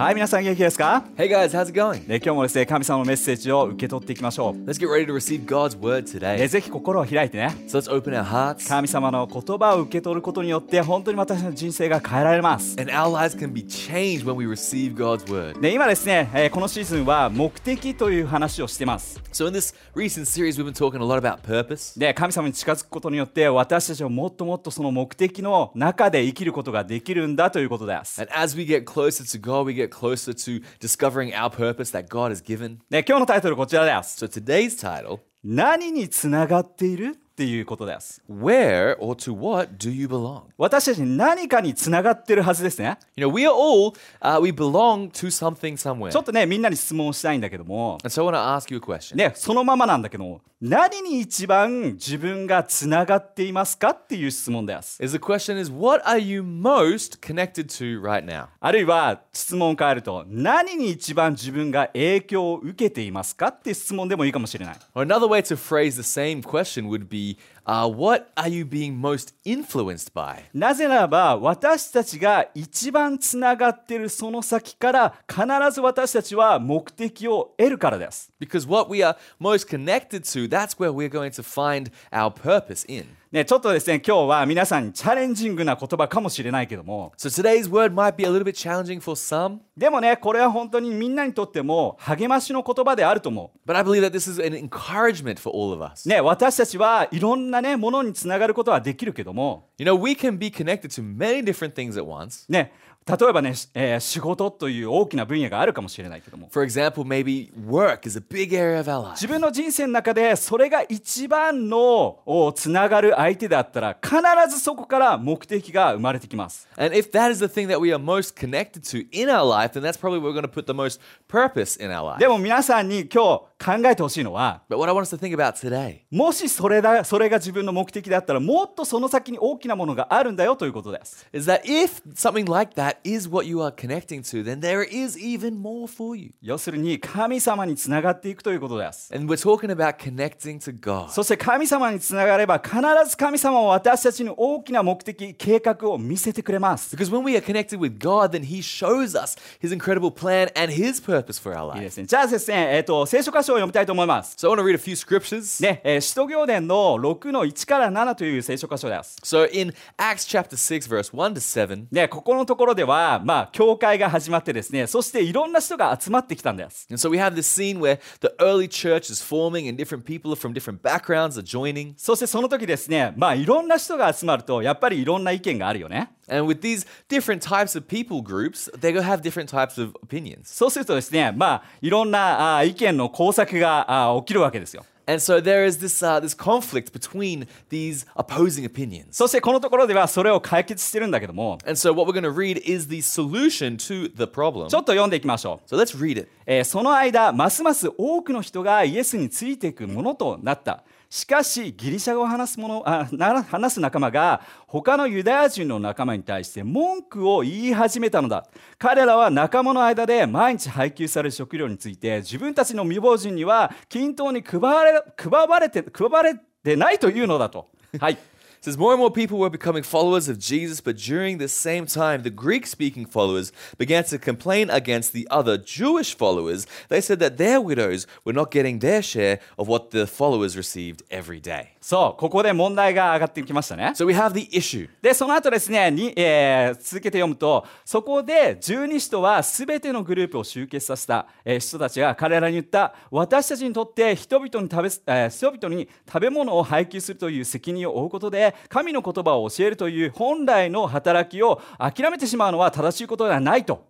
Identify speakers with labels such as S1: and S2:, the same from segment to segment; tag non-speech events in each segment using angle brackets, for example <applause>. S1: はい皆さん元気ですか、
S2: Hey guys, how's it going?
S1: ね、今日もですね神様のメッセージを受け取っていきましょう、
S2: Let's get ready to receive God's word
S1: ね、
S2: today.
S1: ぜひ心を開いてね
S2: So let's open our hearts
S1: 神様の言葉を受け取ることによって本当に私の人生が変えられます、
S2: and our lives can be changed when we receive God's word.
S1: ね、今ですね、えーこのシーズンは目的という話をしてます
S2: So in this recent series we've been talking a lot about purpose
S1: で神様に近づくことによって私たちはもっともっとその目的の中で生きることができるんだということです。
S2: and as we get closer to God, we get closer to discovering our purpose that God has given.
S1: で今日のタイトルこちらです。
S2: So today's title,
S1: 何につながっているっていうことです。
S2: where or to what do you belong?
S1: 私たち何かにつながってるはずですね。
S2: You know, we are all uh, we belong to something somewhere.
S1: ちょっとねみんなに質問したいんだけども、
S2: And so I want to ask you a question.
S1: ね、そのままなんだけども何に一番自分がつながっていますかっていう質問です。
S2: Is the question is what are you most connected to right now?
S1: あるいは質問を変えると何に一番自分が影響を受けていますかっていう質問でもいいかもしれない。
S2: Or another way to phrase the same question would be uh, what are you being most influenced by?
S1: なぜならば私たちが一番つながっているその先から必ず私たちは目的を得るからです。
S2: Because what we are most connected to, that's where we're going to find our purpose in.
S1: ね、ちょっとですね今日は皆さんにチャレンジングな言葉かもしれないけども
S2: So today's word might be a little bit challenging for some,
S1: でもねこれは本当にみんなにとっても励ましの言葉であると思
S2: but I believe that this is an encouragement for all of us.
S1: う。ね私たちはいろんなねものにつながることはできるけども
S2: You know, we can be connected to many different things at once.
S1: ね例えばね、しえー仕事という大きな分野があるかもしれないけども
S2: For example, maybe work is a big area of our life.
S1: 自分の人生の中でそれが一番のおつながる相手だったら必ずそこから目的が生まれてきます。
S2: And if that is the thing that we are most connected to in our life, then that's probably where we're going to put the most purpose in our life.
S1: でも皆さんに今日考えてほしいのは
S2: But what I want us to think about today
S1: もしそれだそれが自分の目的だったらもっとその先に大きなものがあるんだよということです。
S2: is that if something like that is what you are connecting to, then there is even more for you.
S1: 要するに神様につながっていくということです。
S2: And we're talking about connecting to God.
S1: そして神様につながれば必ず神様は私たちに大きな目的計画を見せてくれます。
S2: because when we are connected with God, then He shows us His incredible plan and His purpose for our
S1: いいで
S2: life.
S1: すね。じゃあですね、えっ、と聖書箇所を読みたいと思います。
S2: So I want to read a few scriptures.
S1: ね、えー、使徒行伝の6の1から7という聖書箇所です。
S2: So in Acts chapter 6, verse 1 to 7,
S1: ね、ここのところでは、まあ、教会が始まってですね、そしていろんな人が集まってきたんです。
S2: and so we have this scene where the early church is forming and different people from different backgrounds are joining.
S1: そしてその時ですね、まあ、いろんな人が集まると、やっぱりいろんな意見があるよね。
S2: And with these different types of people groups, they're going to have different types of opinions.
S1: そうするとですね、まあ、いろんなあー意見の交錯があー起きるわけですよ。
S2: And so there is this uh, this conflict between these opposing opinions.
S1: そしてこのところではそれを解決してるんだけども、
S2: And so what we're going to read is the solution to the problem.
S1: ちょっと読んでいきましょう。
S2: So let's read it.
S1: えーその間ますます多くの人がイエスについていくものとなったしかしギリシャ語を話すものあな話す仲間が他のユダヤ人の仲間に対して文句を言い始めたのだ彼らは仲間の間で毎日配給される食料について自分たちの未亡人には均等に配られ配られて配られてないというのだと。はい、
S2: It says more and more people were becoming followers of Jesus, but during this same time, the Greek-speaking followers began to complain against the other Jewish followers. They said that their widows were not getting their share of what the followers received every day.
S1: そうここで問題が上がってきましたね。
S2: So we have the issue.
S1: でその後ですねに、えー続けて読むとそこで十二使徒は全てのグループを集結させた、えー使徒たちが彼らに言った私たちにとって人々に食べす、えー人々に食べ物を配給するという責任を負うことで神の言葉を教えるという本来の働きを諦めてしまうのは正しいことではないと。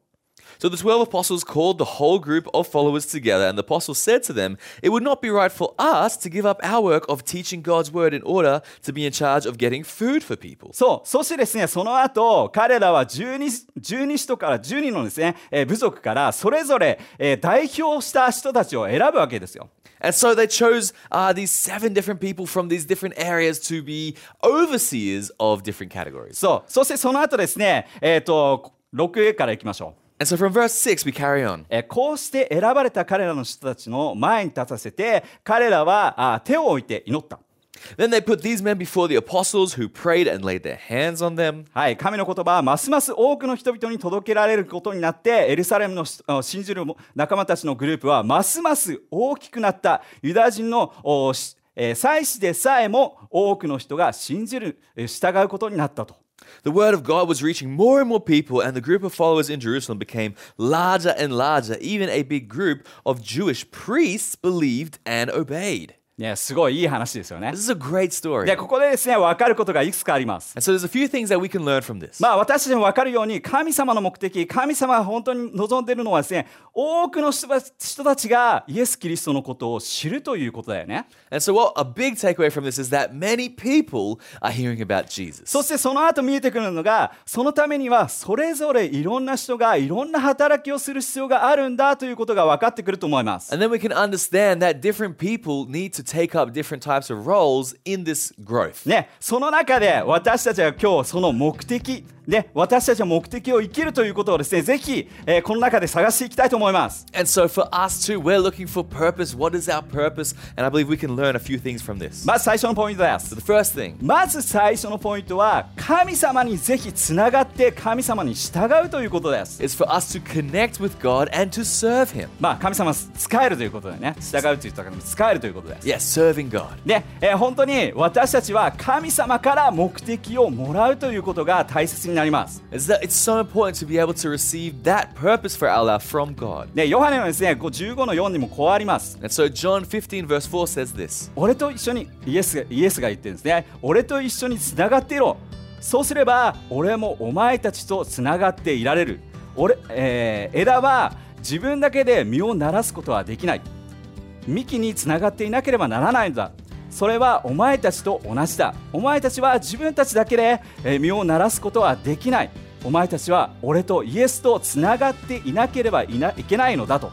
S2: So the twelve apostles called the whole group of followers together, and the apostles said to them, It would not be right for us to give up our work of teaching God's word in order to be in charge of getting food for people.
S1: そう、そしてですね、その後、彼らは12, 12使徒から10人のですね、えー部族からそれぞれ、えー代表した人たちを選ぶわけですよ。
S2: And so they chose uh, these seven different people from these different areas to be overseers of different categories.
S1: そう、そしてその後ですね、えっ、と、6からいきましょう。
S2: And so from verse 6, we carry on.
S1: えーこうして選ばれた彼らの人たちの前に立たせて、彼らはあー手を置いて祈った。
S2: Then they put these men before the apostles who prayed and laid their hands on them.
S1: はい、神の言葉はますます多くの人々に届けられることになってエルサレムのしあ信じる仲間たちのグループはますます大きくなったユダヤ人のおしえー祭司でさえも多くの人が信じるえー従うことになったと。
S2: The word of God was reaching more and more people, and the group of followers in Jerusalem became larger and larger. Even a big group of Jewish priests believed and obeyed.
S1: ね、すごいいい話ですよね
S2: This。is a great story.
S1: でここでですね分かることがいくつかあります。
S2: And so there's a few things that we can learn from this.
S1: まあ私たちも分かるように神様の目的神様が本当に望んでいるのはですね多くの人た人たちがイエス・キリストのことを知るということだよね。
S2: And so what a big takeaway from this is that many people are hearing about Jesus.
S1: そしてその後見えてくるのがそのためにはそれぞれいろんな人がいろんな働きをする必要があるんだということが分かってくると思います。
S2: And then we can understand that different people need to take up different types of roles in this growth.
S1: ね、その中で私たちが今日その目的ね、私たちは目的を生きるということをですねぜひ、えーこの中で探していきたいと思います。
S2: And so for us too, we're looking for purpose. What is our purpose? And I believe we can learn a few things from this.
S1: まず最初のポイントです
S2: The。first thing
S1: まず最初のポイントは神様にぜひつながって神様に従うということです。
S2: is for us to connect with God and to serve Him.
S1: まあ神様使えるということでね従うというところに使えるということです。
S2: Yes, serving God.
S1: で、えー本当に私たちは神様から目的をもらうということが大切になります。
S2: Is that it's so important to be able to receive that purpose for our life from God.
S1: で、ヨハネのですね、こう15の4にもこうあります。
S2: And so John 15 verse 4 says this.
S1: 俺と一緒にイエスイエスが言ってるんですね。俺と一緒につながっていろ。そうすれば俺もお前たちとつながっていられる。俺えー枝は自分だけで実をならすことはできない。幹につながっていなければならないのだそれはお前たちと同じだお前たちは自分たちだけでえー身を鳴らすことはできないお前たちは俺とイエスとつながっていなければいないけないのだと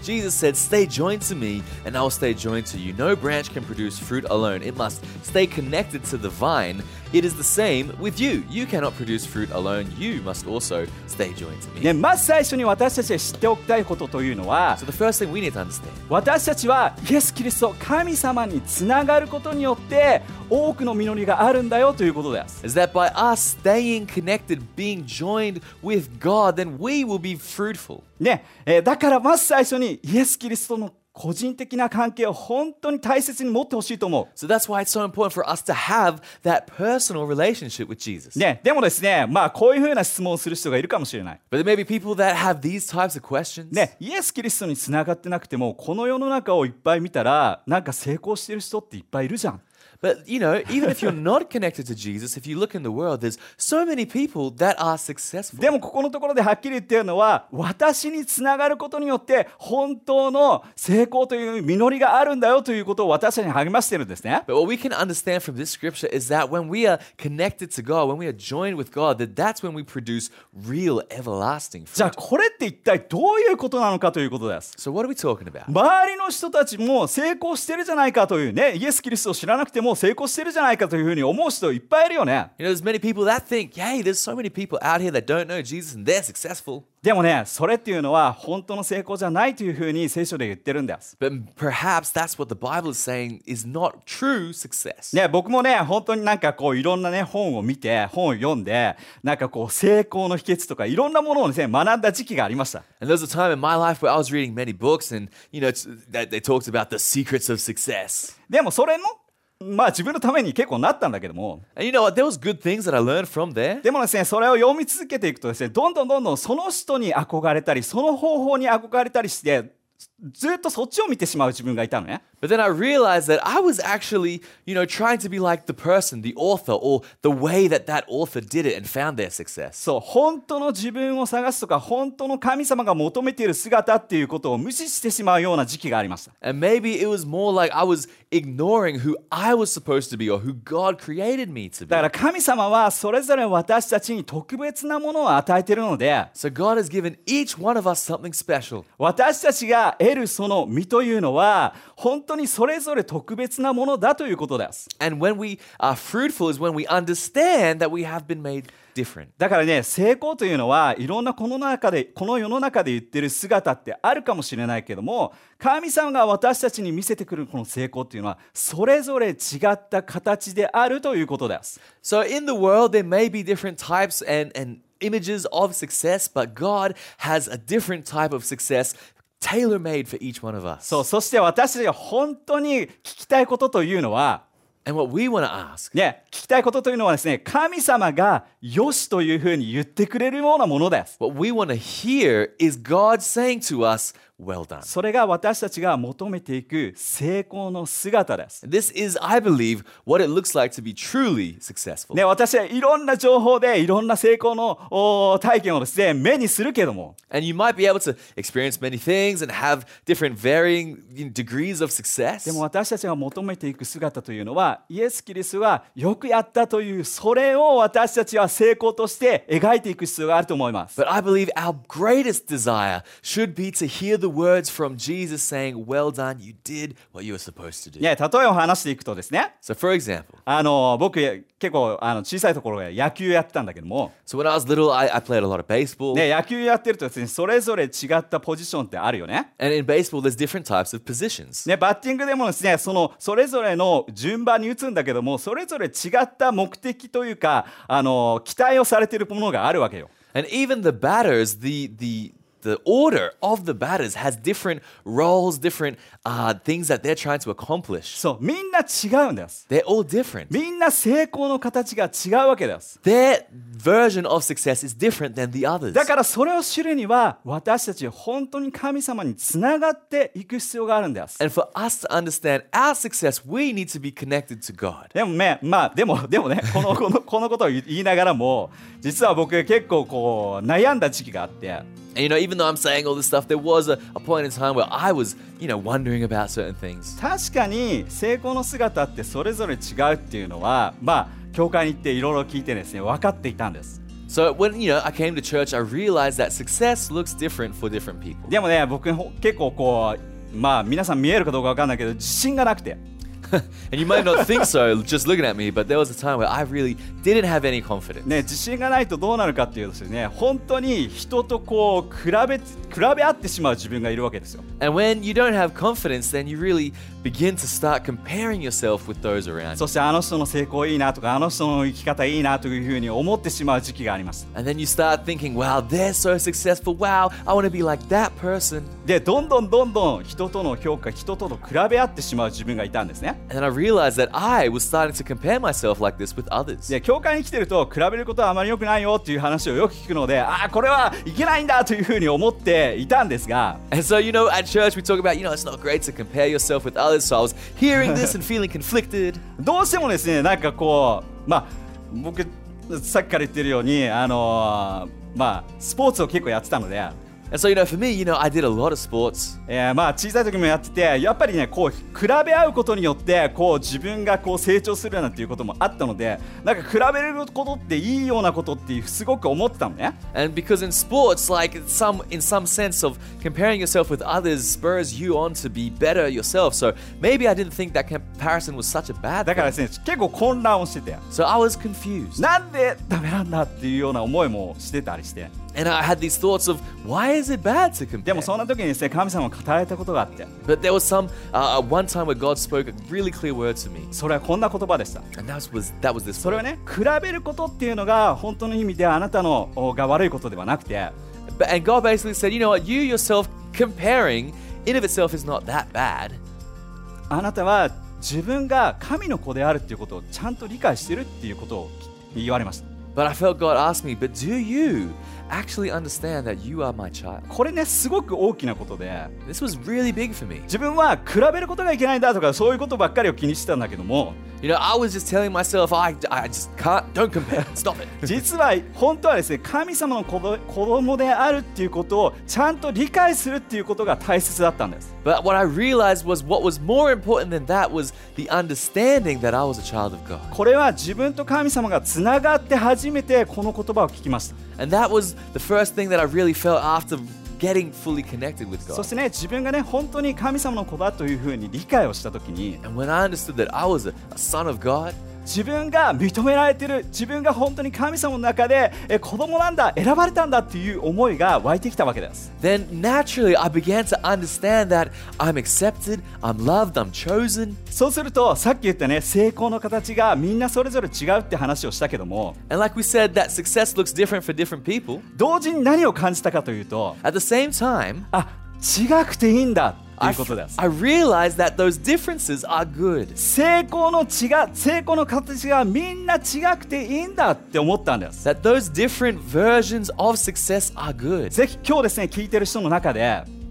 S2: Jesus said, Stay joined to me, and I'll stay joined to you. No branch can produce fruit alone. It must stay connected to the vine. It is the same with you. You cannot produce fruit alone. You must also stay joined to me.
S1: ねまず最初に私たちが知っておきたいことというのは
S2: So, the first thing we need to understand
S1: 私たちはイエス・キリスト神様につながることによって多くの実りがあるんだよということです
S2: is that by us staying connected, being joined with God, then we will be fruitful.
S1: ねえーだからまず最初にイエス・キリストの個人的な関係を本当に大切に持ってほしいと思
S2: So, that's why it's so important for us to have that personal relationship with Jesus.
S1: う、ね、でもですね、まあ、こういうふうな質問をする人がいるかもしれない、
S2: But there may be people that have these types of questions.
S1: ね、イエス・キリストにつながってなくてもこの世の中をいっぱい見たらなんか成功してる人っていっぱいいるじゃん
S2: But you know, even if you're not connected to Jesus, if you look in the world, there's so many people that are successful.
S1: でもここのところではっきり言ってるのは私につながることによって本当の成功という実りがあるんだよということを私たちに励ましてるんですね
S2: But what we can understand from this scripture is that when we are connected to God, when we are joined with God, that that's when we produce real everlasting
S1: じゃあ
S2: fruit.
S1: これって一体どういうことなのかということです
S2: So what are we talking about?
S1: 周りの人たちも成功してるじゃないかというねイエス・キリストを知らなくても成功してるじゃないかというふうに思う人いっぱいいるよね
S2: You know, there's many people that think, "Hey, there's so many people out here that don't know Jesus and they're successful."
S1: でもねそれっていうのは本当の成功じゃないというふうに聖書で言ってるんです、
S2: But perhaps that's what the Bible is saying is not true success.
S1: ね、僕もね本当になんかこういろんなね本を見て本を読んでなんかこう成功の秘訣とかいろんなものをね学んだ時期がありました
S2: And there was a time in my life where I was reading many books, and you know, it's, that they talked about the secrets of success.
S1: でもそれもまあ自分のために結構なったんだけども
S2: And you know what? There was good things that I learned from there.
S1: でもですねそれを読み続けていくとですねどんどんどんどんその人に憧れたりその方法に憧れたりしてずっとそっちを見てしまう自分がいたのね。
S2: But then I realized that I was actually, you know, trying to be like the person, the author, or the way that that author did it and found their success.
S1: そう本当の自分を探すとか本当の神様が求めている姿っていうことを無視してしまうような時期がありました
S2: And maybe it was more like I was ignoring who I was supposed to be or who God created me to be.
S1: だから神様はそれぞれ私たちに特別なものを与えているので
S2: So God has given each one of us something special.
S1: 私たちが得るその身というのは本当にそれぞれ特別なものだということです
S2: And when we are fruitful is when we understand that we have been made different.
S1: だからね成功というのはいろんなこの中でこの世の中で言ってる姿ってあるかもしれないけども神様が私たちに見せてくるこの成功っていうのはそれぞれ違った形であるということです
S2: So in the world, there may be different types and, and images of success, but God has a different type of success tailor made for each one of us.
S1: そう、そして私たちが本当に聞きたいことというのは、
S2: And what we want to ask
S1: ね、聞きたいことというのはですね、神様がよしというふうに言ってくれるようなものです。
S2: What we want to hear is God saying to us, Well done.
S1: それが私たちが求めていく成功の姿です。
S2: This is, I believe, what it looks like to be truly successful.
S1: ね、私はいろんな情報でいろんな成功のおー体験をですね、目にするけども、
S2: And you might be able to experience many things and have different varying you know, degrees of success.
S1: でも私たちが求めていく姿というのは、イエス・キリストはよくやったという、それを私たちは成功として描いていく必要があると思います。
S2: But I believe our greatest desire should be to hear the words from Jesus saying, Well done, you did what you were supposed to do.
S1: ね、例えを話していくとですね、
S2: So, for example,
S1: あの僕結構あの小さいところで野球やってたんだけども、
S2: so when I was little, I, I played a lot of baseball.
S1: ね、野球やってるとですねそれぞれ違ったポジションってあるよね。
S2: And in baseball, there's different types of positions.
S1: ね、バッティングでもですねそのそれぞれの順番に打つんだけどもそれぞれ違った目的というかあの期待をされているものがあるわけよ。
S2: And even the batters, the the the order of the batters has different roles, different uh, things that they're trying to accomplish.
S1: そうみんな違うんです。
S2: They're all different.
S1: みんな成功の形が違うわけです。
S2: Their version of success is different than the others.
S1: だからそれを知るには私たち本当に神様につながっていく必要があるんです。
S2: And for us to understand our success, we need to be connected to God.
S1: でもね、まあ、でも、でもね、この、この、このことを言いながらも、実は僕結構こう、悩んだ時期があって、
S2: And you know, even though I'm saying all this stuff, there was a, a point in time where I was, you know, wondering about certain things.
S1: 確かに成功の姿ってそれぞれ違うっていうのは、まあ、教会に行っていろいろ聞いてですね、分かっていたんです。
S2: So when you know I came to church, I realized that success looks different for different people. <laughs>
S1: でもね、僕ほ結構こう、まあ、皆さん見えるかどうか分かんないけど、自信がなくて。
S2: And you might not think so just looking at me, but there was a time where I really didn't have any confidence.
S1: ね、自信がないとどうなるかっていうとですね、本当に人とこう、比べ、比べ合ってしまう自分がいるわけですよ。
S2: And when you don't have confidence, then you really begin to start comparing yourself with those around you.
S1: そしてあの人の成功いいなとかあの人の生き方いいなというふうに思ってしまう時期があります
S2: And then you start thinking, wow, they're so successful. Wow, I want to be like that person.
S1: でどんどんどんどん人との評価人との比べ合ってしまう自分がいたんですね
S2: And then I realized that I was starting to compare myself like this with others.
S1: で教会に来てると比べることはあまり良くないよっていう話をよく聞くのでああこれはいけないんだというふうに思っていたんですが
S2: And so, you know, at church, we talk about, you know, it's not great to compare yourself with others. So I was hearing this and feeling conflicted.
S1: どうしてもですねなんかこうまあ僕さっきから言ってるようにあのーまあスポーツを結構やってたので
S2: And so, you know, for me, you know, I did a lot of sports.
S1: えーまあ小さい時もやっててやっぱりねこう比べ合うことによってこう自分がこう成長するなんていうこともあったのでなんか比べることっていいようなことってすごく思ってたのね
S2: And because in sports, like it's some in some sense of comparing yourself with others spurs you on to be better yourself. So maybe I didn't think that comparison was such a bad
S1: だから
S2: thing.
S1: ですね結構混乱をしてて
S2: So I was confused.
S1: なんでダメなんだっていうような思いもしてたりして
S2: And I had these thoughts of why is it bad to
S1: で
S2: compare?
S1: もそんな時にですね神様が語られたことがあって
S2: But there was some uh, one time where God spoke a really clear word to me,
S1: それはこんな言葉でした
S2: and that was that was this.
S1: それは
S2: Word.
S1: ね比べることっていうのが本当の意味であなたのおが悪いことではなくて
S2: But, and God basically said, you know what? You yourself comparing in of itself is not that bad.
S1: あなたは自分が神の子であるっていうことをちゃんと理解してるっていうことを言われました
S2: But I felt God asked me, But do you actually understand that you are my child?
S1: これねすごく大きなことで
S2: This was really big for me.
S1: 自分は比べることがいけないんだとかそういうことばっかりを気にしてたんだけども
S2: You know, I was just telling myself, I, I just can't, don't compare, <laughs> stop it.
S1: <laughs> 実は本当はですね神様の子ど子供であるっていうことをちゃんと理解するっていうことが大切だったんです
S2: But what I realized was what was more important than that was the understanding that I was a child of God.
S1: これは自分と神様がつながって初めてこの言葉を聞きました
S2: And that was the first thing that I really felt after getting fully connected with
S1: そ
S2: God.
S1: してね自分がね本当に神様の子だというふうに理解をした時に
S2: And when I understood that I was a, a son of God,
S1: 自分が認められてる自分が本当に神様の中でえ子供なんだ選ばれたんだっていう思いが湧いてきたわけです
S2: then naturally I began to understand that I'm accepted, I'm loved, I'm chosen.
S1: そうするとさっき言ったね成功の形がみんなそれぞれ違うって話をしたけども
S2: And like we said, that success looks different for different people.
S1: 同時に何を感じたかというと
S2: At the same time,
S1: あ違くていいんだとい
S2: I,
S1: うことです
S2: I realized that those differences are good.
S1: 成功の違う成功の形がみんな違くていいんだって思ったんです
S2: That those different versions of success are good.
S1: ぜひ今日ですね聞いてる人の中で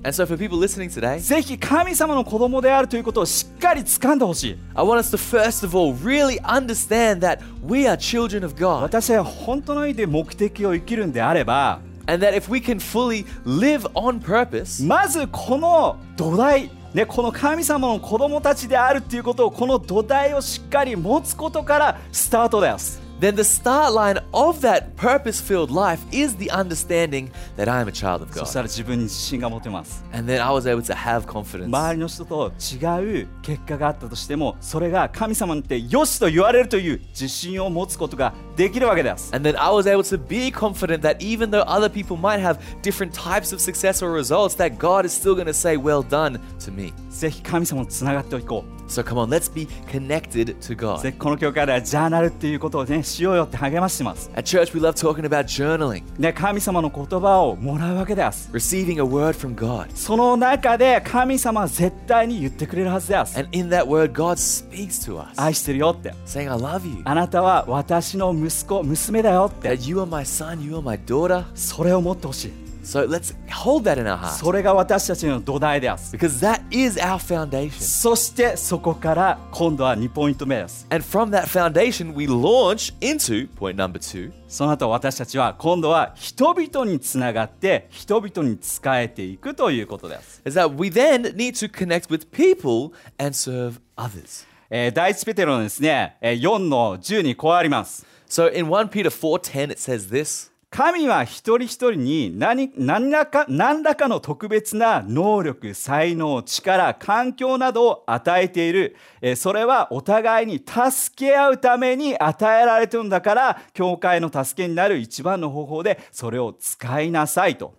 S2: And so, for people listening today,
S1: ぜひ神様の子供であるということをしっかり掴んでほしい
S2: I want us to first of all really understand that we are children of God.
S1: 私は本当の意味で目的を生きるんであれば
S2: And that if we can fully live on purpose,
S1: まずこの土台ね、この神様の子供たちであるっていうことをこの土台をしっかり持つことからスタートです。
S2: then the start line of that purpose filled life is the understanding that I am a child of
S1: そ
S2: God.
S1: したら自分に自信が持てます。
S2: And then I was able to have confidence.
S1: 周りの人と違う結果があったとしてもそれが神様にてよしと言われるという自信を持つことができるわけです
S2: And then I was able to be confident that even though other people might have different types of success or results, that God is still going to say, Well done to me.
S1: ぜひ神様とつながっていこ
S2: So come on, let's be connected to
S1: うぜ
S2: God.
S1: ひこの教会ではジャーナルっていうことをねしようよって励ましてます、
S2: At church, we love talking about journaling,
S1: ね、神様の言葉をもらうわけです
S2: receiving a word from God.
S1: その中で神様は絶対に言ってくれるはずです
S2: And in that word, God speaks to us,
S1: 愛してるよって
S2: saying, I love you.
S1: あなたは私の息子娘だよって
S2: That you are my son, you are my daughter.
S1: それを持ってほしい
S2: So let's hold that in our hearts
S1: それが私たちの土台です
S2: because that is our foundation.
S1: そしてそこから今度は2ポイント目です
S2: And from that foundation, we launch into point number two.
S1: その後私たちは今度は人々につながって人々に仕えていくということです、
S2: is that we then need to connect with people and serve others.
S1: えー第一ペテロのですねえー4の10にこうあります
S2: So in 1 Peter 4:10 it says this.
S1: 神は一人一人に何何らか何らかの特別な能力才能力環境などを与えている、えーそれはお互いに助け合うために与えられてるんだから教会の助けになる一番の方法でそれを使いなさいと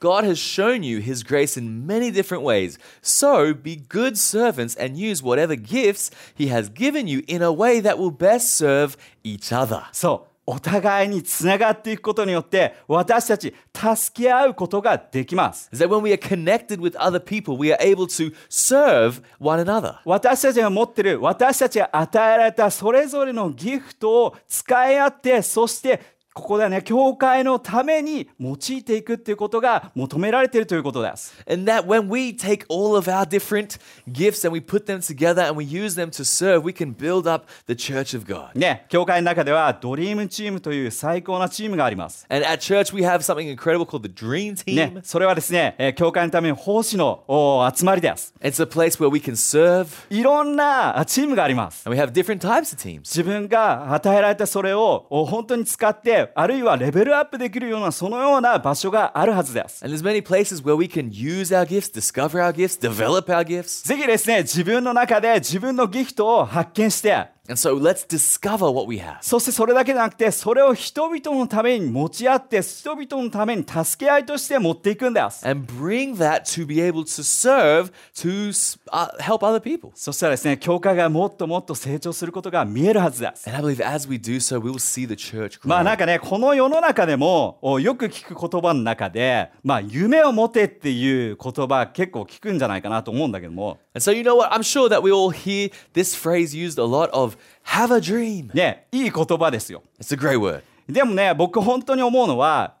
S2: God has shown you his grace in many different ways. So be good servants and use whatever gifts he has given you in a way that will best serve each other.
S1: そう。お互いにつながっていくことによって私たち助け合うことができます。
S2: Is that when we are connected with other people, we are able to serve one another.
S1: 私たちが持ってる私たちが与えられたそれぞれのギフトを使い合ってそしてここではね教会のために用いていくっていうことが求められているということです
S2: And that when we take all of our different gifts and we put them together and we use them to serve, we can build up the church of God.
S1: ね教会の中ではドリームチームという最高なチームがあります
S2: And at church, we have something incredible called the Dream Team.
S1: ねそれはですね、えー教会のために奉仕のお集まりです
S2: It's a place where we can serve,
S1: いろんなあチームがあります
S2: and we have different types of teams.
S1: 自分が与えられたそれをお本当に使ってあるいはレベルアップできるようなそのような場所があるはずです。
S2: And there's many places where we can use our gifts, discover our gifts, develop our gifts.
S1: ぜひですね自分の中で自分のギフトを発見して
S2: And so let's discover what we have.
S1: そしてそれだけじゃなくてそれを人々のために持ち合って人々のために助け合いとして持っていくんです
S2: And bring that to be able to serve, to s- uh, help other people.
S1: そしたらですね教会がもっともっと成長することが見えるはずです
S2: And I believe as we do so, we will see the church
S1: まあ
S2: grow.
S1: なんかねこの世の中でもおよく聞く言葉の中でまあ夢を持てっていう言葉結構聞くんじゃないかなと思うんだけども
S2: And so, you know what? I'm sure that we all hear this phrase used a lot of have a dream.
S1: ねいい言葉ですよ
S2: It's a great word.
S1: でもね僕本当に思うのは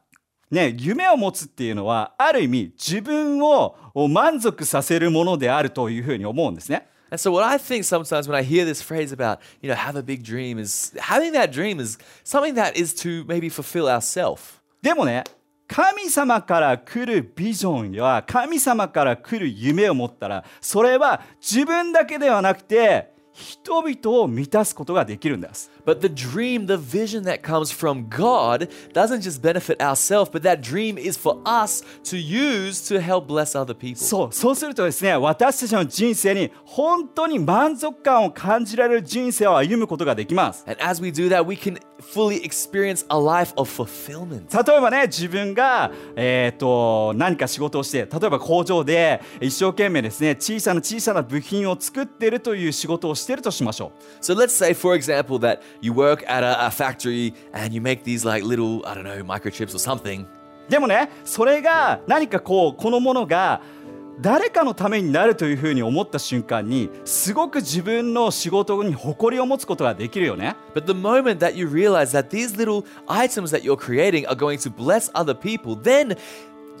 S1: ね、夢を持つっていうのはある意味自分を満足させるものであるというふうに思うんですね。
S2: And so, what I think sometimes when I hear this phrase about, you know, have a big dream is having that dream is something that is to maybe fulfill ourselves.
S1: でもね神様から来るビジョンや神様から来る夢を持ったらそれは自分だけではなくて人々を満たすことができるんです。
S2: But the dream, the vision that comes from God doesn't just benefit ourselves, but that dream is for us to use to help bless other people.
S1: そうそうするとですね私たちの人生に本当に満足感を感じられる人生を歩むことができます。
S2: and as we do that, we can fully experience a life of fulfillment.
S1: 例えばね自分が、えー、と何か仕事をして例えば工場で一生懸命ですね小さな小さな部品を作っているという仕事をしているとしましょ
S2: So let's say, for example, that you work at a, a factory and you make these like little, I don't know, microchips or something.
S1: うでもねそれが何かこうこのものが誰かのためになるというふうに思った瞬間にすごく自分の仕事に誇りを持つことができるよね
S2: But the moment that you realize that these little items that you're creating are going to bless other people, then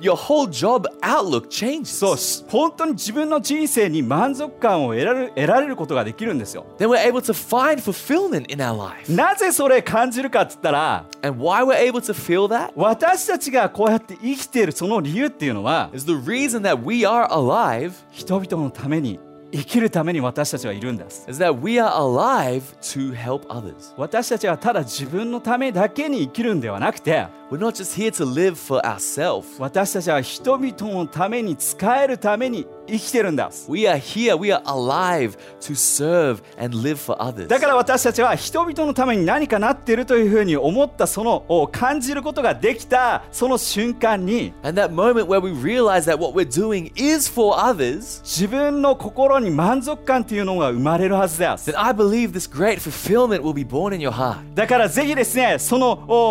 S2: your whole job outlook changes.
S1: そうし本当に自分の人生に満足感を得られる得られることができるんですよ
S2: then we're able to find fulfillment in our life.
S1: なぜそれ感じるかっつったら
S2: And why we're able to feel that
S1: 私たちがこうやって生きているその理由っていうのは
S2: is the reason that we are alive,
S1: 人々のために生きるために私たちはいるんです
S2: is that we are alive to help others.
S1: 私たちはただ自分のためだけに生きるんではなくて
S2: We're not just here to live for ourselves.
S1: 私たちは人々のために使えるために生きてるんです
S2: We are here, we are alive to serve and live for others.
S1: だから私たちは人々のために何かなってるというふうに思ったそのを感じることができたその瞬間に
S2: and that moment where we realize that what we're doing is for others,
S1: 自分の心に満足感っていうのが生まれるはずです
S2: then I believe this great fulfillment will be born in your heart.
S1: だからぜひですねその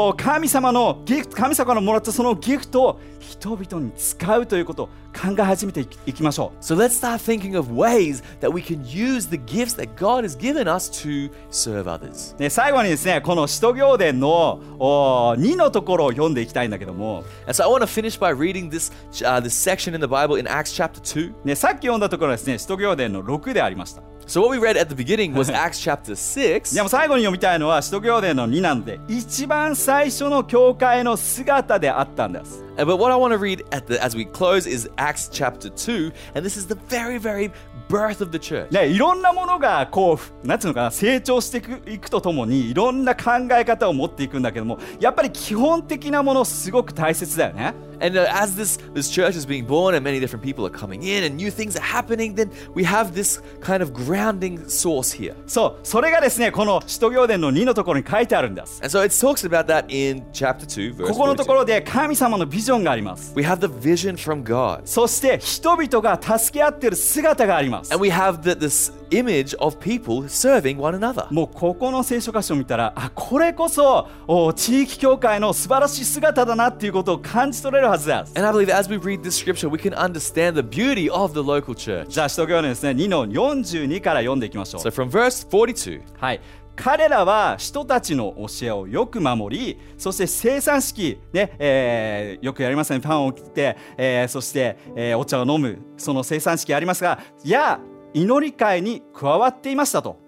S1: お神様のギフト神様からもらったそのギフトを人々に使うということを考え始めていきいきましょう
S2: So let's start thinking of ways that we can use the gifts that God has given us to serve others.
S1: で最後にですねこの「使徒行伝の」お2のところを読んでいきたいんだけども、
S2: And so I want to finish by reading this, uh, this section in the Bible in Acts chapter 2.
S1: ね、さっき読んだところはですね「使徒行伝」の6でありました
S2: So what we read at the beginning was Acts chapter 6.
S1: でも最後に読みたいのは「使徒行伝」の2なんで一番最初の教会の姿であったんです
S2: Uh, But what I want to read at the, as we close is Acts chapter 2. And this is the very, very birth of the church.
S1: ね、いろんなものがこうなんていうのかな成長していくいくとともにいろんな考え方を持っていくんだけどもやっぱり基本的なものすごく大切だよね
S2: And uh, as this, this church is being born and many different people are coming in and new things are happening, then we have this kind of grounding source here.
S1: そうそれがですねこの「使徒行伝」の2のところに書いてあるんです
S2: And so it talks about that in chapter 2, verse
S1: ここのと
S2: 42.
S1: ころで神様のビジョンがあります
S2: We have the vision from God.
S1: そして人々が助け合ってる姿があります
S2: And we have the, this image of people serving one another.
S1: もうここの聖書箇所を見たらあこれこそお地域教会の素晴らしい姿だなっていうことを感じ取れるはずです
S2: And I believe as we read this scripture, we can understand the beauty of the local church.
S1: じゃあ使徒行伝ですね2の42から読んでいきましょう
S2: So from verse 42,
S1: はい、彼らは人たちの教えをよく守りそして生産式、ねえーよくやりますねパンを切って、えーそして、えーお茶を飲むその生産式ありますがや祈り会に加わっていましたと。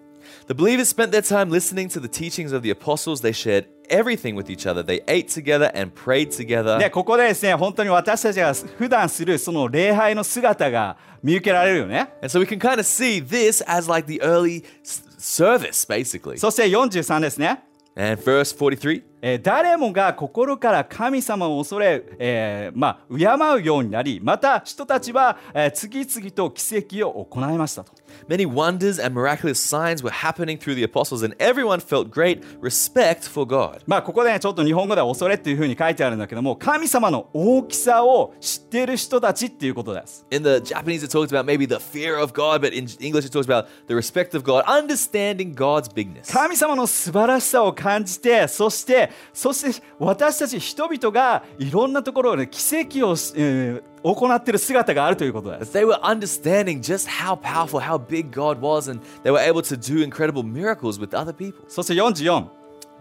S2: the believers spent their time listening to the teachings of the apostles. They shared everything with each other. They ate together and prayed together.
S1: でここでですね本当に私たちが普段するその礼拝の姿が見受けられるよね。
S2: And so we can kind of see this as like the early s- service, basically.
S1: そして43ですね。
S2: and verse 43.
S1: えー誰もが心から神様を恐れ、えーまあ、敬うようになりまた人たちは、えー次々と奇跡を行いましたと
S2: Many wonders and miraculous signs were happening through the apostles, and everyone felt great respect for God.
S1: まあここでねちょっと日本語では恐れっていうふうに書いてあるんだけども神様の大きさを知っている人たちっていうことです
S2: In the Japanese, it talks about maybe the fear of God, but in English, it talks about the respect of God, understanding God's bigness.
S1: 神様の素晴らしさを感じてそしてそして私たち人々がいろんなところで奇跡をし、えー行っている姿があるということです
S2: As they were understanding just how powerful, how big God was, and they were able to do incredible miracles with other people.
S1: そして44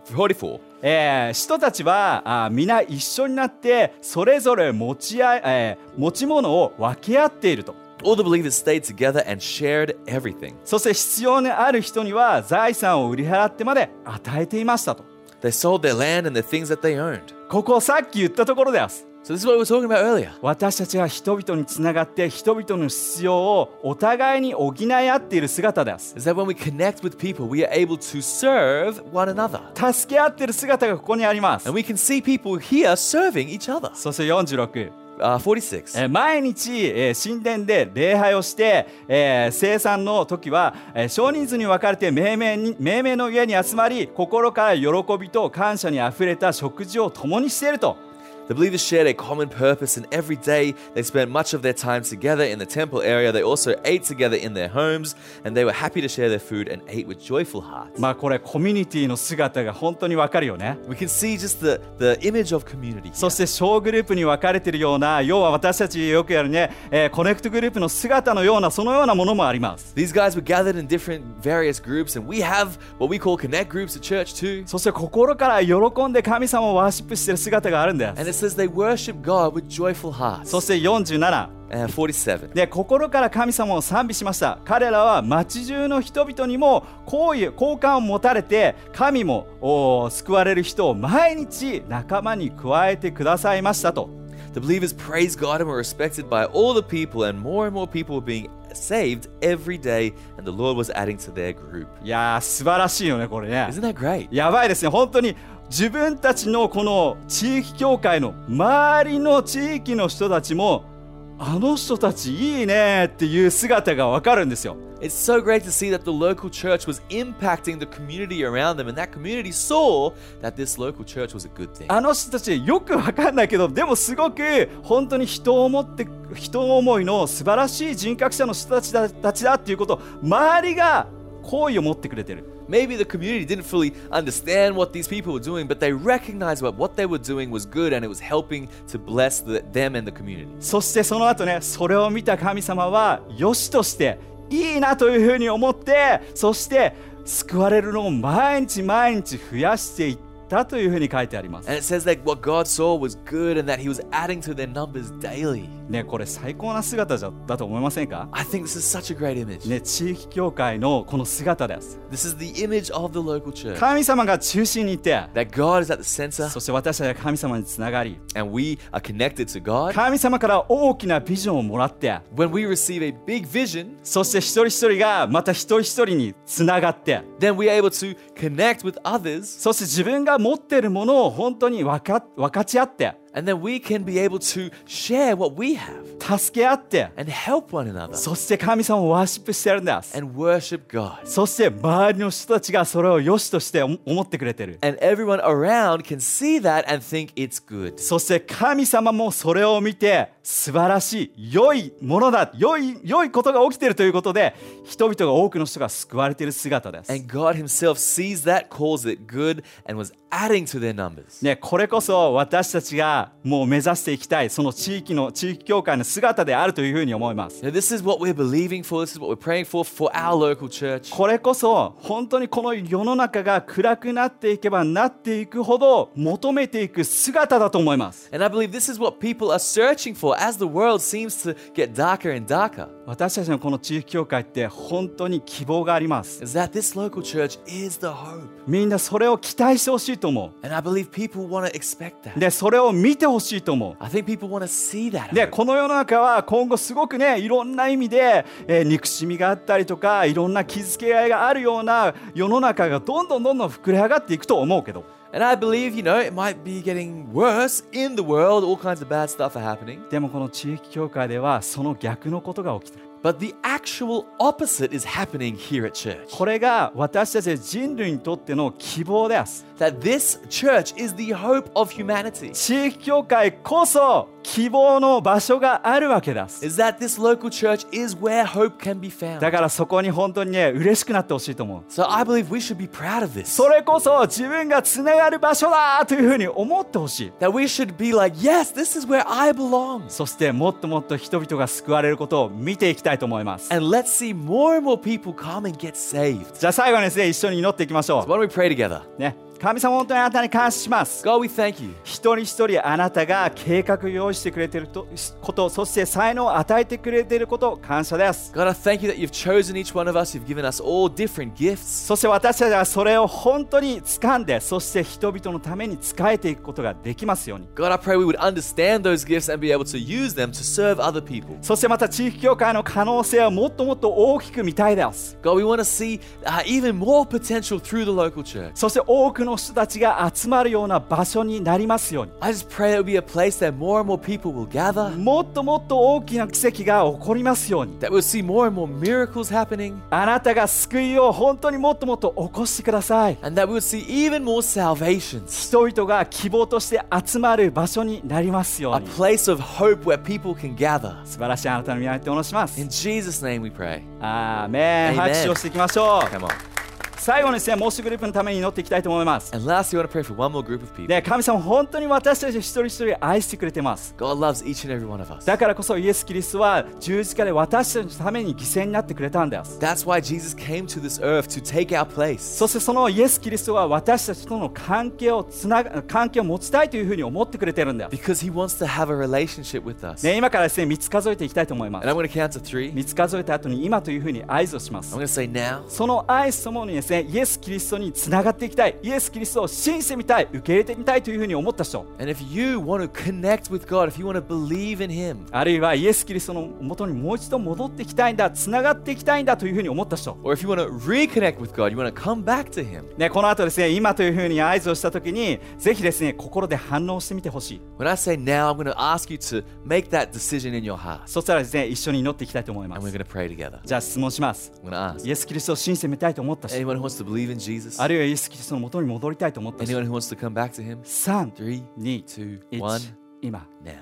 S2: 44.
S1: えー、使徒たちはあー皆一緒になってそれぞれ持ち合い、えー持ち物を分け合っていると
S2: All the believers stayed together and shared everything.
S1: そして必要のある人には財産を売り払ってまで与えていましたと
S2: They sold their land and the things that they owned.
S1: ここさっき言ったところです
S2: So this is what we were talking about earlier.
S1: 私たちは人々につながって人々の必要をお互いに補い合っている姿です
S2: Is that when we connect with people, we are able to serve one another.
S1: 助け合っている姿がここにあります
S2: And we can see people here serving each other.
S1: そして46
S2: Uh, 46.
S1: えー毎日、えー神殿で礼拝をして、えー生産の時は、えー少人数に分かれて命名に命名の上に集まり心から喜びと感謝にあふれた食事を共にしていると
S2: The believers shared a common purpose, and every day they spent much of their time together in the temple area. They also ate together in their homes, and they were happy to share their food and ate with joyful hearts.
S1: まあこれコミュニティの姿が本当に分かるよね
S2: We can see just the, the image of community. here.
S1: そして小グループに分かれているような要は私たちよくやるね、えーコネクトグループの姿のようなそのようなものもあります
S2: These guys were gathered in different various groups, and we have what we call connect groups at church too.
S1: そして心から喜んで神様をワーシップしている姿があるんで
S2: And
S1: す
S2: it says they worship God with joyful hearts.
S1: そして47
S2: Uh, 47.
S1: で心から神様を賛美しました彼らは町中の人々にも好意好感を持たれて神もおー救われる人を毎日仲間に加えてくださいましたと
S2: The believers praised God and were respected by all the people, and more and more people were being saved every day, and the Lord was adding to their group.
S1: いやー素晴らしいよねこれね
S2: Isn't that great?
S1: やばいですね本当に自分たちのこの地域協会の周りの地域の人たちもあの人たちいいねっていう姿がわかるんですよ
S2: It's so great to see that the local church was impacting the community around them, and that community saw that this local church was a good thing.
S1: あの人たちよくわかんないけどでもすごく本当に人を思って人思いの素晴らしい人格者の人たちだたちだっていうことを周りが好意を持ってくれてる
S2: Maybe the community didn't fully understand what these people were doing, but they recognized what what they were doing was good and it was helping to bless the, them and the community.
S1: そしてその後ねそれを見た神様は良しとしていいなというふうに思ってそして救われるのを毎日毎日増やしていったというふうに書いてあります
S2: And it says that what God saw was good and that He was adding to their numbers daily.
S1: ねこれ最高な姿じゃだと思いませんか
S2: I think this is such a great image.
S1: ね地域教会のこの姿です
S2: This is the image of the local church.
S1: 神様が中心にいて
S2: That God is at the center
S1: そして私たちは神様につながり
S2: and we are connected to God.
S1: 神様から大きなビジョンをもらって
S2: When we receive a big vision,
S1: そして一人一人がまた一人一人につながって
S2: then we are able to connect with others
S1: そして自分が持っているものを本当に分か分かち合って
S2: and then we can be able to share what we have
S1: 助け合って
S2: and help one another
S1: そして神様をワーシップしてるんです
S2: and worship God.
S1: そして周りの人たちがそれを良しとして思思ってくれてる
S2: And everyone around can see that and think it's good.
S1: そして神様もそれを見て素晴らしい良いものだ良い良いことが起きてるということで人々が多くの人が救われている姿です
S2: And God Himself sees that, calls it good, and was adding to their numbers.
S1: ね、これこそ私たちがもう目指していきたいその地域の地域協会の姿であるというふうに思います
S2: Now, this is what we're believing for, this is what we're praying for for our local church.
S1: これこそ本当にこの世の中が暗くなっていけばなっていくほど求めていく姿だと思います
S2: And I believe this is what people are searching for as the world seems to get darker and darker.
S1: 私たちのこの地域協会って本当に希望があります
S2: Is that this local church is the hope.
S1: みんなそれを期待してほしいと思
S2: And I believe people want to expect
S1: う
S2: that.
S1: でそれを見てほしいと思う
S2: I think people want to see that.
S1: で
S2: hope.
S1: この世の中は今後すごくねいろんな意味で、えー憎しみがあったりとかいろんな傷つけ合いがあるような世の中がどんどんどんどん膨れ上がっていくと思うけど
S2: And I believe, you know, it might be getting worse in the world. All kinds of bad stuff are happening.
S1: でもこの地域協会ではその逆のことが起きてる
S2: But the actual opposite is happening here at church.
S1: これが私たち人類にとっての希望です
S2: That this church is the hope of humanity.
S1: 地域協会こそ希望の場所があるわけです
S2: Is that this local church is where hope can be found.
S1: だからそこに本当にね嬉しくなってほしいと思う
S2: So I believe we should be proud of this.
S1: それこそ自分がつながる場所だというふうに思ってほしい
S2: That we should be like, yes, this is where I belong.
S1: そしてもっともっと人々が救われることを見ていきたいと思います。
S2: And let's see more and more people come and get saved.
S1: じゃあ最後にですね、一緒に祈っていきましょ
S2: Why don't we pray together?
S1: う。ね、神様本当にあなたに感謝します
S2: God, we thank you.
S1: 一人一人あなたが計画を用意してくれているとことそして才能を与えてくれていることを感謝です
S2: God, I thank you that you've chosen each one of us. You've given us all different gifts.
S1: そして私たちはそれを本当に掴んでそして人々のために仕えていくことができますように
S2: God, I pray we would understand those gifts and be able to use them to serve other people.
S1: そしてまた地域協会の可能性をもっともっと大きく見たいです
S2: God, we want to see uh, even more potential through the local church.
S1: そして多くの人たちが集まるような場所になりますように
S2: I just pray that it would be a place that more and more people will gather,
S1: もっともっと大きな奇跡が起こりますように
S2: that we'll see more and more miracles happening,
S1: あなたが救いを本当にもっともっと起こしてください
S2: and that we'll see even more salvations.
S1: 人々が希望として集まる場所になりますよう
S2: A
S1: に
S2: place of hope where people can gather.
S1: 素晴らしいあなたの皆にておろします
S2: In Jesus' name we pray.
S1: アーメン
S2: Amen
S1: 拍手をしていきましょ
S2: Come on.
S1: う最後にですねモーシグループのために祈っていきたいと思います
S2: And lastly, I want to pray for one more group of people.
S1: で神様本当に私たち一人一人愛してくれてます
S2: God loves each and every one of us.
S1: だからこそイエス・キリストは十字架で私たちのために犠牲になってくれたんです
S2: That's why Jesus came to this earth to take our place.
S1: そしてそのイエス・キリストは私たちとの関係をつなが関係を持ちたいというふうに思ってくれてるんだよ、
S2: Because he wants to have a relationship with us.
S1: ね、今からですね3つ数えていきたいと思いま
S2: And
S1: す
S2: I'm going to count to three. I'm
S1: 3つ数えた後に今というふうに合図をします
S2: going to say now.
S1: その愛とともにですねイエス・キリストにつながっていきたいイエス・キリストを信じてみたい受け入れてみたいというふうに思った人
S2: And if you want to connect with God, if you want to believe in him,
S1: あるいはイエス・キリストの元にもう一度戻っていきたいんだつながっていきたいんだというふうに思った人
S2: or if you want to reconnect with God, you want to come back to him.
S1: ね、この後ですね今というふうに合図をした時にぜひですね心で反応してみてほしい
S2: When I say now, I'm going to ask you to make that decision in your heart.
S1: そしたらですね一緒に祈っていきたいと思いま
S2: And we're
S1: す
S2: going to pray together.
S1: じゃあ質問します
S2: I'm going to ask
S1: イエス・キリストを信じてみたいと思った人
S2: anyone who wants to believe in Jesus,
S1: あるいはイエス・キリストの元に戻りたいと思った人
S2: anyone who wants to come back to him,
S1: 3
S2: three,
S1: 2
S2: two,
S1: 1
S2: one,
S1: 今
S2: now.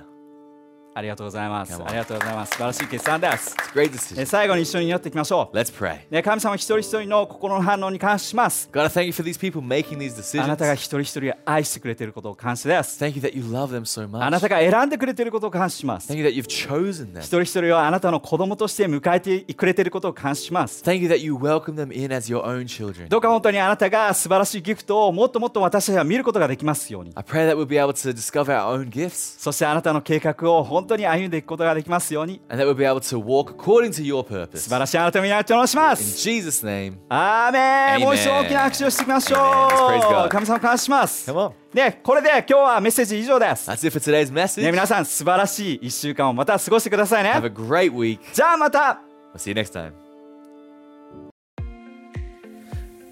S1: ありがとうございます
S2: やば
S1: ありがとうございます素晴らしい決断です
S2: It's a great
S1: え
S2: decision.
S1: 最後に一緒に祈っていきましょ
S2: Let's pray.
S1: う、ね、神様一人一人の心の反応に感謝します
S2: God, I thank you for these people making these
S1: あなたが
S2: decisions.
S1: 一人一人を愛してくれていることを感謝です
S2: Thank you that you love them so
S1: あな
S2: much.
S1: たが選んでくれていることを感謝します
S2: Thank you that you've chosen them.
S1: 一人一人をあなたの子供として迎えてくれていることを感謝します。
S2: Thank you that you welcome them in as your own children.
S1: どうか本当にあなたが素晴らしいギフトをもっともっと私たちは見ることができますように。
S2: I pray that we'll be able to discover our own gifts
S1: そしてあなたの計画を本当に歩んでいくことができますように。
S2: and that we'll be able to walk according to your purpose.
S1: 素晴らしいあなたの皆にお願いしま
S2: In
S1: す。
S2: Jesus' name.
S1: アーメン
S2: Amen
S1: もう一度大きな拍手をしていきましょ
S2: Amen. Praise
S1: う
S2: God.。
S1: 神様感謝します
S2: Come on.。
S1: ね、これで今日はメッセージ以上です。
S2: That's it for today's
S1: ね、
S2: message.
S1: 皆さん素晴らしい1週間をまた過ごしてください
S2: Have a
S1: ね。
S2: great week.
S1: じゃあまた
S2: We'll see you next time.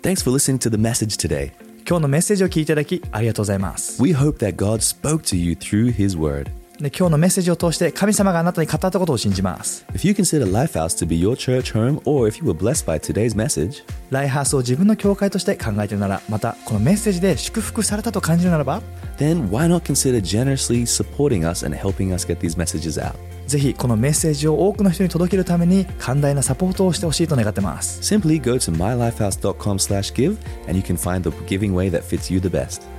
S3: Thanks for listening to the message today.
S4: 今日のメッセージを聞いていただきありがとうございます
S3: We hope that God spoke to you through His Word.
S4: で今日のメッセージを通して神様があなたに語ったことを信じます
S3: If you consider Lifehouse to be your church home, or if you were blessed by today's message,
S4: ライハースを自分の教会として考えているならまたこのメッセージで祝福されたと感じるならば
S3: then why not consider generously supporting us and helping us get these messages out?
S4: ぜひこのメッセージを多くの人に届けるために寛大なサポートをしてほしいと願ってます
S3: Simply go to mylifehouse.com/give and you can find the giving way that fits you the best.